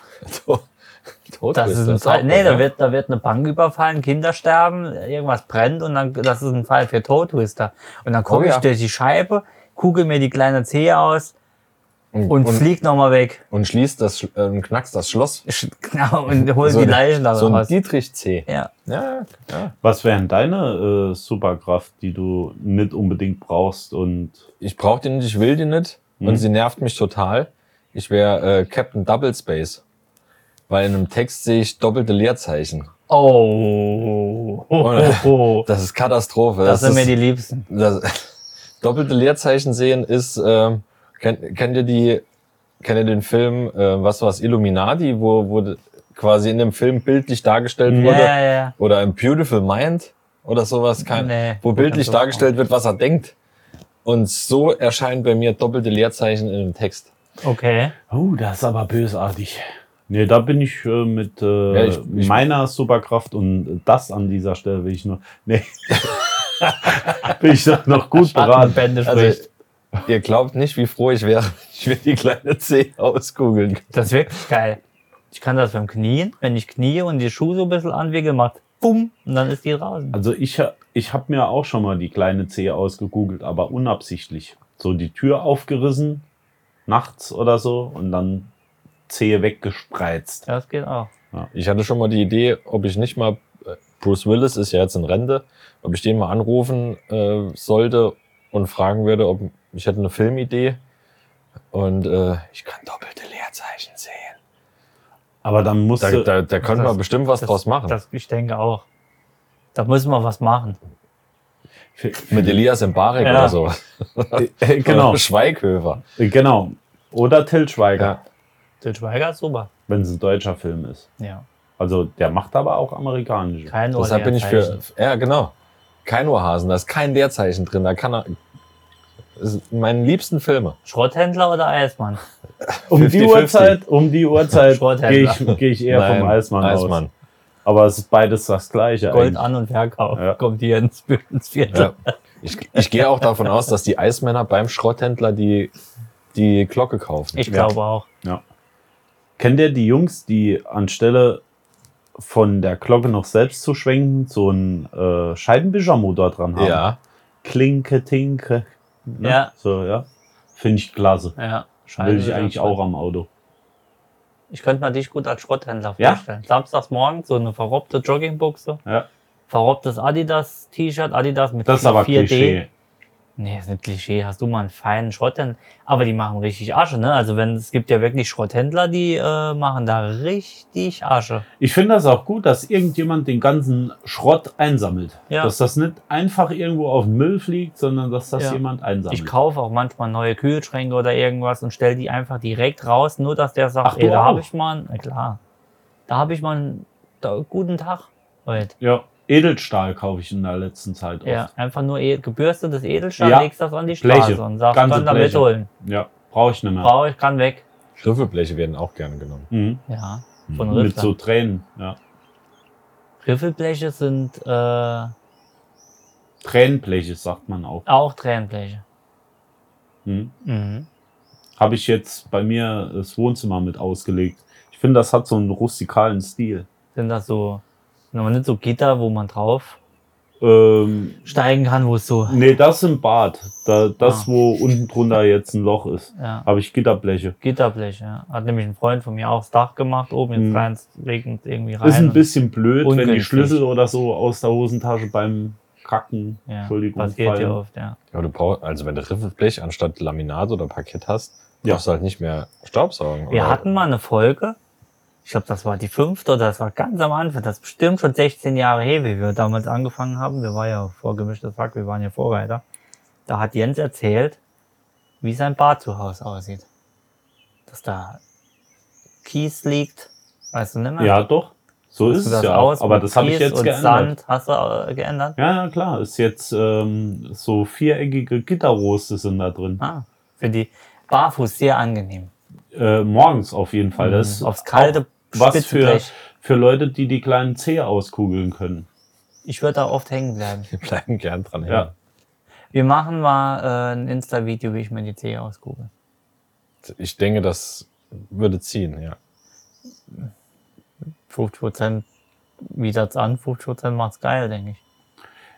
Tod
Das ist ein Fall. Nee,
ne?
da wird, da wird eine Bank überfallen, Kinder sterben, irgendwas brennt und dann, das ist ein Fall für Toe Twister. Und dann komme
Oh, ja.
ich durch die Scheibe, kugel mir die kleine Zehe aus
und,
und,
und, und,
flieg nochmal weg.
schließt das, Sch- ähm, knackst das Schloss.
Sch- Genau, und hol
So
die
ein-
Leichen da
So ein
raus.
Dietrich C.
Ja.
Ja, ja.
Was wären deine äh, Superkraft, die du nicht unbedingt brauchst und
Ich brauche die nicht, ich will die nicht
Mhm.
und sie nervt mich total. Ich wäre äh, Captain Double Space, weil in einem Text sehe ich doppelte Leerzeichen.
Oh. oh, oh, oh.
Das ist Katastrophe.
Das sind
ist,
mir die Liebsten.
das, doppelte Leerzeichen sehen ist, ähm, kennt, kennt ihr die, kennt ihr den Film, äh, was war's, Illuminati, wo, wo d- quasi in dem Film bildlich dargestellt
Ja,
wurde?
ja, ja.
Oder im Beautiful Mind oder sowas, kein,
Nee,
wo
wo
bildlich
kannst du
dargestellt wird, was er denkt. Und so erscheinen bei mir doppelte Leerzeichen in dem Text.
Okay.
Oh, das ist aber bösartig. Nee, da bin ich äh, mit äh,
Ja, ich- ich-
meiner Superkraft und äh, das an dieser Stelle will ich nur. Nee. bin ich da noch gut beraten.
Bände spricht.
Also, ihr glaubt nicht, wie froh ich wäre, wenn ich mir die kleine C auskugeln.
Das ist wirklich geil. Ich kann das beim Knien, wenn ich knie und die Schuhe so ein bisschen anwickle, macht bumm und dann ist die draußen.
Also ich, ha- ich habe mir auch schon mal die kleine Zehe ausgegoogelt, aber unabsichtlich. So die Tür aufgerissen, nachts oder so, und dann Zehe weggespreizt.
Das geht auch.
Ich hatte schon mal die Idee, ob ich nicht mal, äh, Bruce Willis ist ja jetzt in Rente, ob ich den mal anrufen äh, sollte und fragen würde, ob ich hätte eine Filmidee und äh, ich kann doppelte Leerzeichen sehen.
Aber dann
Da,
musste.
da, da könnte
Das-
man bestimmt was
Das-
draus machen.
Das, ich denke auch. Da müssen wir was machen.
Mit Elias Mbarek
Ja.
oder sowas.
Äh, Mhm. genau,
Oder Schweighöfer.
äh, genau. Oder Till Schweiger,
Ja.
Til Schweiger ist super.
wenn es ein deutscher Film ist.
Ja.
Also der macht aber auch amerikanische.
Kein
Deshalb bin ich für.
Ohrleerzeichen.
Ja, genau. Kein Ohrhasen, da ist kein Leerzeichen drin. Da kann er. Das sind meine liebsten Filme.
Schrotthändler oder Eismann?
Um
50-50.
die Uhrzeit, um die Uhrzeit
Schrotthändler.
gehe ich, geh ich eher vom Eismann, aus. Aber es ist beides das gleiche.
Gold
eigentlich.
an und Verkauf.
Ja.
Kommt hier ins, ins Viertel.
Ja. Ich, ich gehe auch davon aus, dass die Eismänner beim Schrotthändler die, die Glocke kaufen.
Ich glaube auch.
Kennt ihr die Jungs, die anstelle von der Glocke noch selbst zu schwenken, so ein äh, Scheibenbischermotor dran haben?
ja.
Klinke, tinke. ne?
Ja.
So, ja. Finde ich klasse.
Ja.
Will ich
Scheiße.
eigentlich auch am Auto.
Ich könnte mal dich gut als Schrotthändler
Ja?
vorstellen. Samstagsmorgen so eine verrobte Joggingbuchse.
Ja.
verrobbtes Adidas-T-Shirt, Adidas mit
Das ist aber
4D.
Klischee.
Nee, ist nicht Klischee. Hast du mal einen feinen Schrotthändler? Aber die machen richtig Asche, ne? Also wenn es gibt ja wirklich Schrotthändler, die äh, machen da richtig Asche.
Ich finde das auch gut, dass irgendjemand den ganzen Schrott einsammelt.
Ja.
Dass das nicht einfach irgendwo auf den Müll fliegt, sondern dass das
Ja.
jemand einsammelt.
Ich kaufe auch manchmal neue Kühlschränke oder irgendwas und stell die einfach direkt raus, nur dass der sagt,
Ach, du
ey, da
auch?
habe ich mal, einen- na klar, da habe ich mal einen da, guten Tag heute.
ja. Edelstahl kaufe ich in der letzten Zeit oft.
Ja, einfach nur e gebürstetes Edelstahl,
Ja.
legst das an die
Bleche.
Straße und sagst,
Ganze
kann da
Bleche.
mitholen.
Ja, brauche ich nicht mehr.
Brauche ich, kann weg.
Griffelbleche werden auch gerne genommen.
mhm.
Ja, von
Mit
Riffler.
so Tränen. Ja.
Griffelbleche sind äh,
Tränenbleche sagt man auch.
auch Tränenbleche.
Mhm.
Mhm.
Habe ich jetzt bei mir das Wohnzimmer mit ausgelegt. Ich finde, das hat so einen rustikalen Stil.
Sind das so, sind aber nicht so Gitter, wo man drauf
Ähm,
steigen kann, wo es so,
nee, das im Bad. Da, das,
Ah.
wo unten drunter jetzt ein Loch ist.
ja.
Habe ich Gitterbleche.
Gitterbleche. ja. Hat nämlich ein Freund von mir auch das Dach gemacht, oben jetzt
Mhm.
rein, regnet irgendwie rein.
Ist ein
und-
bisschen blöd, wenn die
ungünstig.
Schlüssel oder so aus der Hosentasche beim Kacken,
ja,
Entschuldigung,
Passiert ja
fallen.
oft, ja.
Aber du brauchst, also wenn du Riffelblech anstatt Laminat oder Parkett hast,
Ja.
brauchst du halt nicht mehr Staubsaugen.
Wir
oder-
hatten mal eine Folge, ich glaube, das war die fünfte oder das war ganz am Anfang, das ist bestimmt schon 16 Jahre her, wie wir damals angefangen haben. Wir waren ja vorgemischtes Hack, wir waren ja Vorreiter. Da hat Jens erzählt, wie sein Bad zu Hause aussieht. Dass da Kies liegt, weißt du nicht mehr?
Ja, doch. So ist
Du
es
das
ja.
aus
auch. Aber
mit
das habe ich
Kies
jetzt
und
geändert.
Sand hast du äh, geändert?
Ja, ja, klar. Ist jetzt ähm, so viereckige Gitterroste sind da drin.
Ah, für die Barfuß sehr angenehm. Mhm.
Äh, morgens auf jeden Fall. Das ist
Aufs kalte
auch was für,
Hm, Spitzenblech.
für Leute, die die kleinen Zehe auskugeln können.
Ich würde da oft hängen bleiben.
Wir bleiben gern dran hängen.
Ja.
Wir machen mal äh, ein Insta-Video, wie ich mir die Zehe ausgucke.
Ich denke, das würde ziehen, ja.
50% wieder an, 50% macht's geil, denke ich.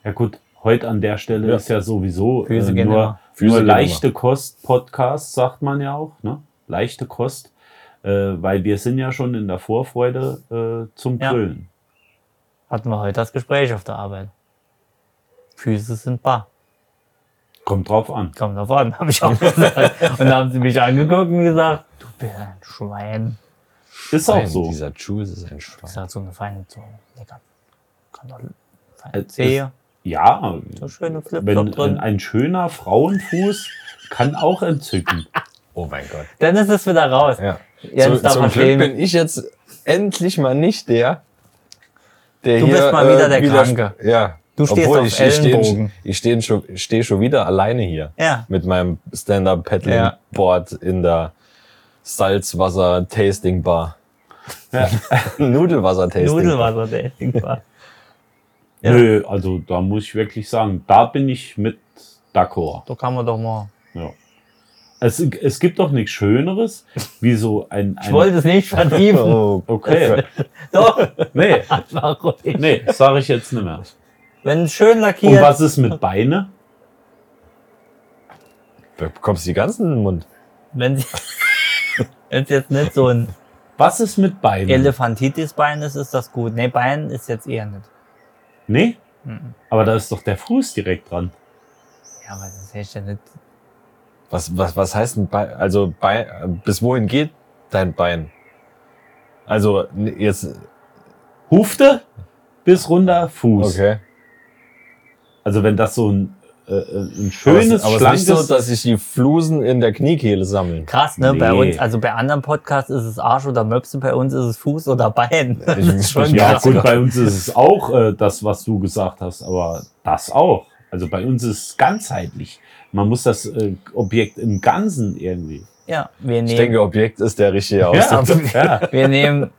Ja gut, heute an der Stelle
Ja.
ist ja sowieso
Füße
äh,
gehen
nur,
immer.
Füße
nur
gehen immer.
leichte Kost Podcast, sagt man ja auch, ne? Leichte Kost, äh, weil wir sind ja schon in der Vorfreude äh, zum
Ja.
Grillen.
Hatten wir heute das Gespräch auf der Arbeit. Füße sind bar.
Kommt drauf an.
Kommt drauf an, habe ich auch gesagt. Und dann haben sie mich angeguckt und gesagt, du bist ein Schwein.
Ist auch
Nein,
so.
Dieser Juice ist ein
Das
Schwein.
ist halt so eine feine Zunge. Lecker. Kann doch feine
Es
Zehe.
Ja,
So schöne Flipflop
wenn ein,
drin.
ein schöner Frauenfuß kann auch entzücken.
Oh mein Gott.
Dann ist es wieder raus.
Ja.
Jens
Zu-
darf
zum Glück
erzählen.
bin ich jetzt endlich mal nicht der, der
Du
hier, äh,
bist mal wieder der Kranke.
Ja.
Du stehst
Obwohl,
auf
ich, ich stehe
Ellenbogen.
ich stehe schon, ich stehe schon wieder alleine hier.
Ja.
Mit meinem Stand-Up-Paddling-Board in der Salzwasser-Tasting-Bar. Nudelwasser-Tasting.
Nudelwasser, der war. Ja.
Nö, also da muss ich wirklich sagen, da bin ich mit d'accord.
Da kann man doch mal.
Ja. Es, es gibt doch nichts Schöneres, wie so ein. ein
Ich wollte es nicht vertiefen.
Oh,
okay.
doch,
Nee,
war ruhig.
nee, sage ich jetzt nicht mehr.
Wenn es schön
Und
lackiert.
was ist mit Beine?
bekommst du die ganzen in den Mund?
wenn sie wenn es jetzt nicht so ein
Was ist mit Beinen?
Elefantitis-Bein ist, ist das gut. Nee, Bein ist jetzt eher nicht.
nee?
Mhm.
Aber da ist doch der Fuß direkt dran.
Ja, aber das ist ja nicht.
Was, was, was heißt denn Bein? Also Bein, äh, bis wohin geht dein Bein? Also n- jetzt,
Hufte bis runter Fuß.
okay.
Also wenn das so ein, äh, ein
Aber es-
schönes,
aber es ist
schlankes...
nicht so, dass sich die Flusen in der Kniekehle sammeln.
Krass, ne? Bei
Nee.
uns, also bei anderen Podcasts ist es Arsch oder Möpse, bei uns ist es Fuß oder Bein. Das ist schon
Ja,
ja
krass.
das-
gut, bei uns ist es auch äh, das, was du gesagt hast, aber das auch. Also bei uns ist es ganzheitlich. Man muss das äh, Objekt im Ganzen irgendwie.
Ja, wir
Ich
nehmen,
denke, Objekt ist der richtige
Ja,
Ausdruck.
ja.
wir nehmen,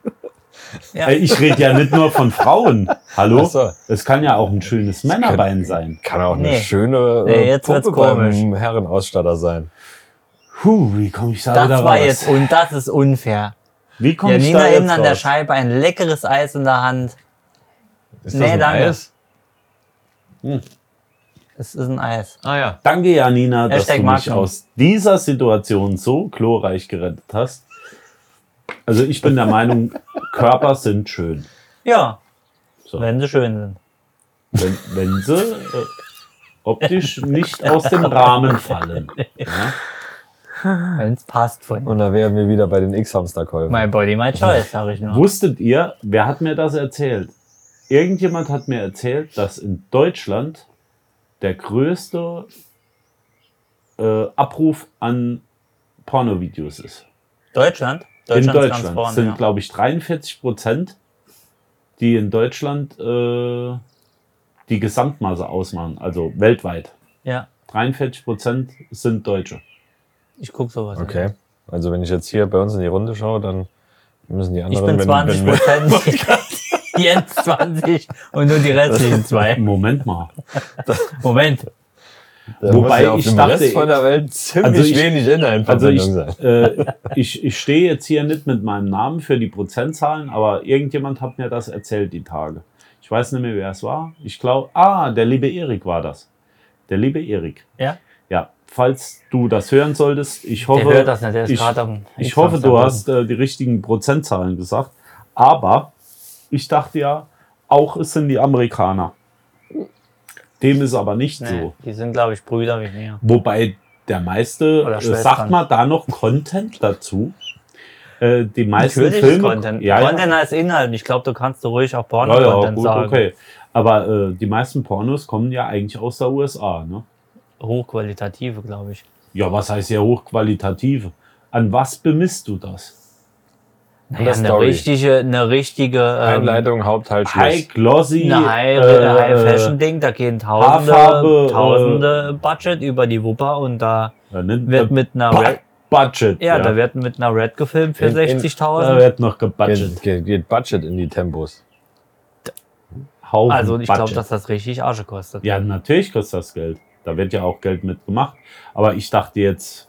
Äh, Ich rede ja nicht nur von Frauen. Hallo?
Ach so.
Es kann ja auch ein schönes Männerbein sein.
Kann auch eine
Nee.
schöne äh,
Nee, jetzt wird's
Puppe beim
komisch.
Herrenausstatter sein.
Huh, wie komme ich da
das
wieder
war
raus?
jetzt, und das ist unfair.
Wie komme ich
Janina
da
hinten an der
jetzt raus?
Scheibe ein leckeres Eis in der Hand.
Ist
Nee, danke.
Hm.
Es ist ein Eis.
Ah ja.
Danke, Janina, dass
Hashtag
du mich
Marken.
aus dieser Situation so glorreich gerettet hast. Also ich bin der Meinung, Körper sind schön.
Ja,
So.
wenn sie schön sind.
wenn, wenn sie äh, optisch nicht aus dem Rahmen fallen. Ja?
Wenn es passt von
Und da wären wir wieder bei den X-Hamster-Käufen.
My Body, My Choice, sage ich nur.
Wusstet ihr, wer hat mir das erzählt? Irgendjemand hat mir erzählt, dass in Deutschland der größte äh, Abruf an Pornovideos ist.
Deutschland?
in
Deutschland ist ganz
Deutschland
vorne,
sind,
ja.
glaube ich, 43 Prozent, die in Deutschland äh, die Gesamtmasse ausmachen, also weltweit.
ja,
43 Prozent sind Deutsche.
ich gucke sowas. an.
Okay. Also wenn ich jetzt hier bei uns in die Runde schaue, dann müssen die
Ich
anderen...
bin
wenn-
20
wenn,
Prozent. Jens 20 und nur die restlichen zwei.
Moment mal.
Moment.
dann muss
Wobei
ja auf
ich
dem
dachte,
Rest von der Welt ziemlich
also ich-
wenig Inhalt
Also ich,
sein.
äh, ich, ich stehe jetzt hier nicht mit meinem Namen für die Prozentzahlen, aber irgendjemand hat mir das erzählt die Tage. Ich weiß nicht mehr, wer es war. Ich glaube, ah, der liebe Erik war das. Der liebe Erik.
Ja?
Ja, falls du das hören solltest, ich
Der
hoffe,
hört das nicht, der ist
ich,
gerade am.
ich hoffe, du
am-
hast äh, die richtigen Prozentzahlen gesagt. Aber ich dachte ja, auch es sind die Amerikaner. Dem ist aber nicht
Nee,
so.
Die sind, glaube ich, Brüder wie mir.
Wobei der meiste,
Oder
äh,
Schwestern.
sagt man da noch Content dazu? Äh, die meisten
Natürlich ist
Filme.
Content.
Ja, ja,
Content heißt Inhalt. Ich glaube, du kannst du ruhig auch
ja, ja
Porno-Content
gut,
sagen.
okay. Aber äh, die meisten Pornos kommen ja eigentlich aus der USA. Ne?
Hochqualitative, glaube ich.
Ja, was heißt ja hochqualitativ? An was bemisst du das?
Naja, eine
Story.
richtige, eine richtige ähm,
Einleitung, Hauptteil, Schluss.
High Glossy.
eine High,
äh,
High Fashion Ding, da gehen tausende,
Haarfarbe, äh,
tausende Budget über die Wupper und da
Da nimmt
wird
wird
mit einer Red,
Budget.
Ah, ja, da wird mit einer Red gefilmt für
In- in-
da
60.000.
wird noch
Geht,
gebudget.
geht, geht Budget in die Tempos.
Haufen
Also ich glaube,
Budget.
dass das richtig Arsch kostet.
Ja, natürlich kostet das Geld. Da wird ja auch Geld mitgemacht. Aber ich dachte jetzt,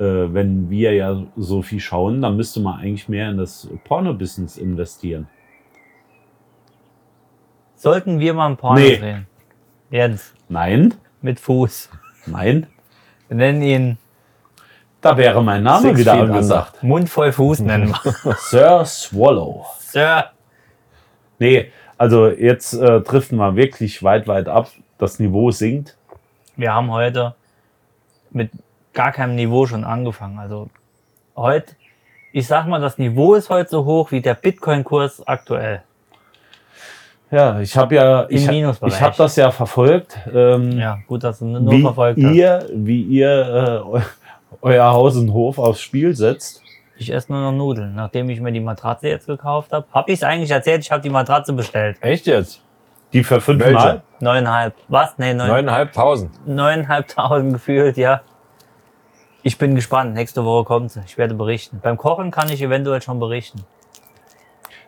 äh, wenn wir ja so viel schauen, dann müsste man eigentlich mehr in das Porno-Business investieren.
Sollten wir mal ein Porno
Nee.
sehen? Jens,
Nein,
mit Fuß.
nein,
Wir nennen ihn
da wäre mein Name
Six
wieder
feet
angesagt.
Mund voll Fuß nennen wir.
Sir Swallow.
Sir.
Nee, also jetzt äh, driften wir wirklich weit, weit ab. Das Niveau sinkt.
wir haben heute mit gar keinem Niveau schon angefangen. Also heute, ich sag mal, das Niveau ist heute so hoch wie der Bitcoin-Kurs aktuell.
Ja, ich habe ja, ich,
Minusbereich.
ich habe das ja verfolgt. Ähm,
Ja, gut, dass du nur
wie
verfolgt hast.
ihr, wie ihr äh, eu- euer Haus und Hof aufs Spiel setzt.
Ich esse nur noch Nudeln. Nachdem ich mir die Matratze jetzt gekauft habe, habe ich es eigentlich erzählt, ich habe die Matratze bestellt.
Echt jetzt?
Die für
Welche?
fünfmal.
Neuneinhalb. Was? Nee, neun,
Neuneinhalbtausend.
neuneinhalbtausend gefühlt, ja. Ich bin gespannt. Nächste Woche kommt sie. Ich werde berichten. Beim Kochen kann ich eventuell schon berichten.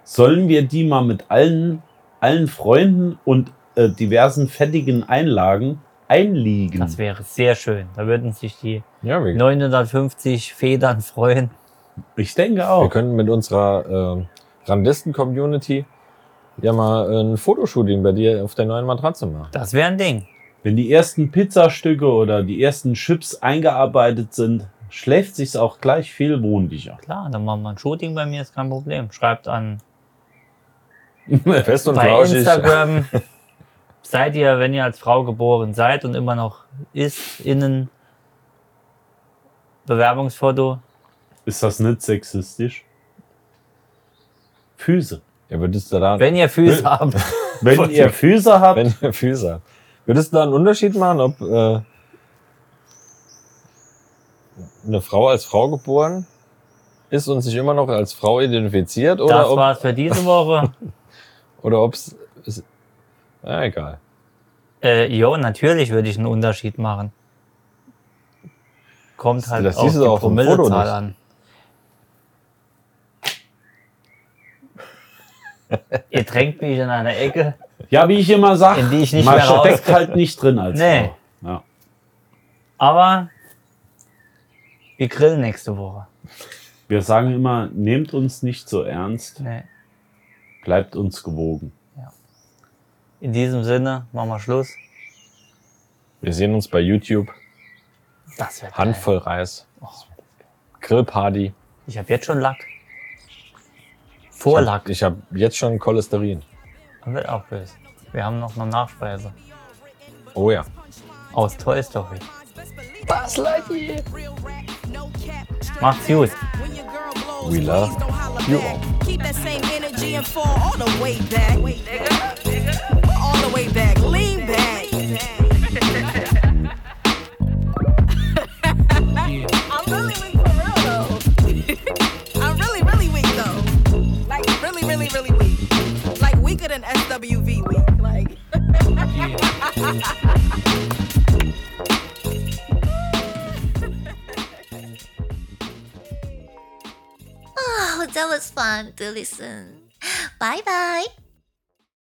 Sollen wir die mal mit allen, allen Freunden und äh, diversen fettigen Einlagen einliegen?
Das wäre sehr schön. Da würden sich die
Ja, wir,
950 Federn freuen.
ich denke
wir
Oh.
auch.
könnten mit unserer ähm, Randisten-Community ja mal ein Fotoshooting bei dir auf der neuen Matratze machen.
Das wäre ein Ding.
Wenn die ersten Pizzastücke oder die ersten Chips eingearbeitet sind, schläft sich's auch gleich viel wohnlicher.
Klar, dann machen wir ein Shooting bei mir, ist kein Problem. Schreibt an
Fest und
bei
flauschig.
Instagram. seid ihr, wenn ihr als Frau geboren seid und immer noch ist, innen Bewerbungsfoto.
Ist das nicht sexistisch? Füße.
Ja, würdest du da, wenn,
Wenn ihr Füße habt,
Wenn ihr Füße habt,
ihr Füße habt. Würdest du da einen Unterschied machen, ob äh, eine Frau als Frau geboren ist und sich immer noch als Frau identifiziert
das
oder ob
war's für diese Woche.
oder ob's es ja, egal.
Äh, jo, natürlich würde ich einen Unterschied machen. Kommt halt
Das
auf
siehst
die
du auf dem Foto
Promillezahl
nicht.
an. Ihr drängt mich in eine Ecke.
ja, wie ich immer sage,
In die ich nicht
man
mehr raus-
steckt halt nicht drin als
Nee.
Frau. Ja.
Aber wir grillen nächste Woche.
Wir sagen immer, nehmt uns nicht so ernst,
Nee.
bleibt uns gewogen.
In diesem Sinne, machen wir Schluss.
Wir sehen uns bei YouTube.
Das wird geil.
Handvoll Reis.
Oh.
Grillparty.
Ich habe jetzt schon Lack. Vorlack.
Ich habe hab jetzt schon Cholesterin.
Wird auch böse. Wir haben noch eine Nachspeise.
Oh ja.
Aus Toy Story.
Buzz Lightyear.
Macht's gut.
We love you all.
Keep that same energy and fall all the way back. All the way back. Lean back. I'm really weak for real though. I'm really, really weak though. Like really, really, really weak. Like weaker than SWV weak. Like.
Oh, that was fun to listen. Bye bye.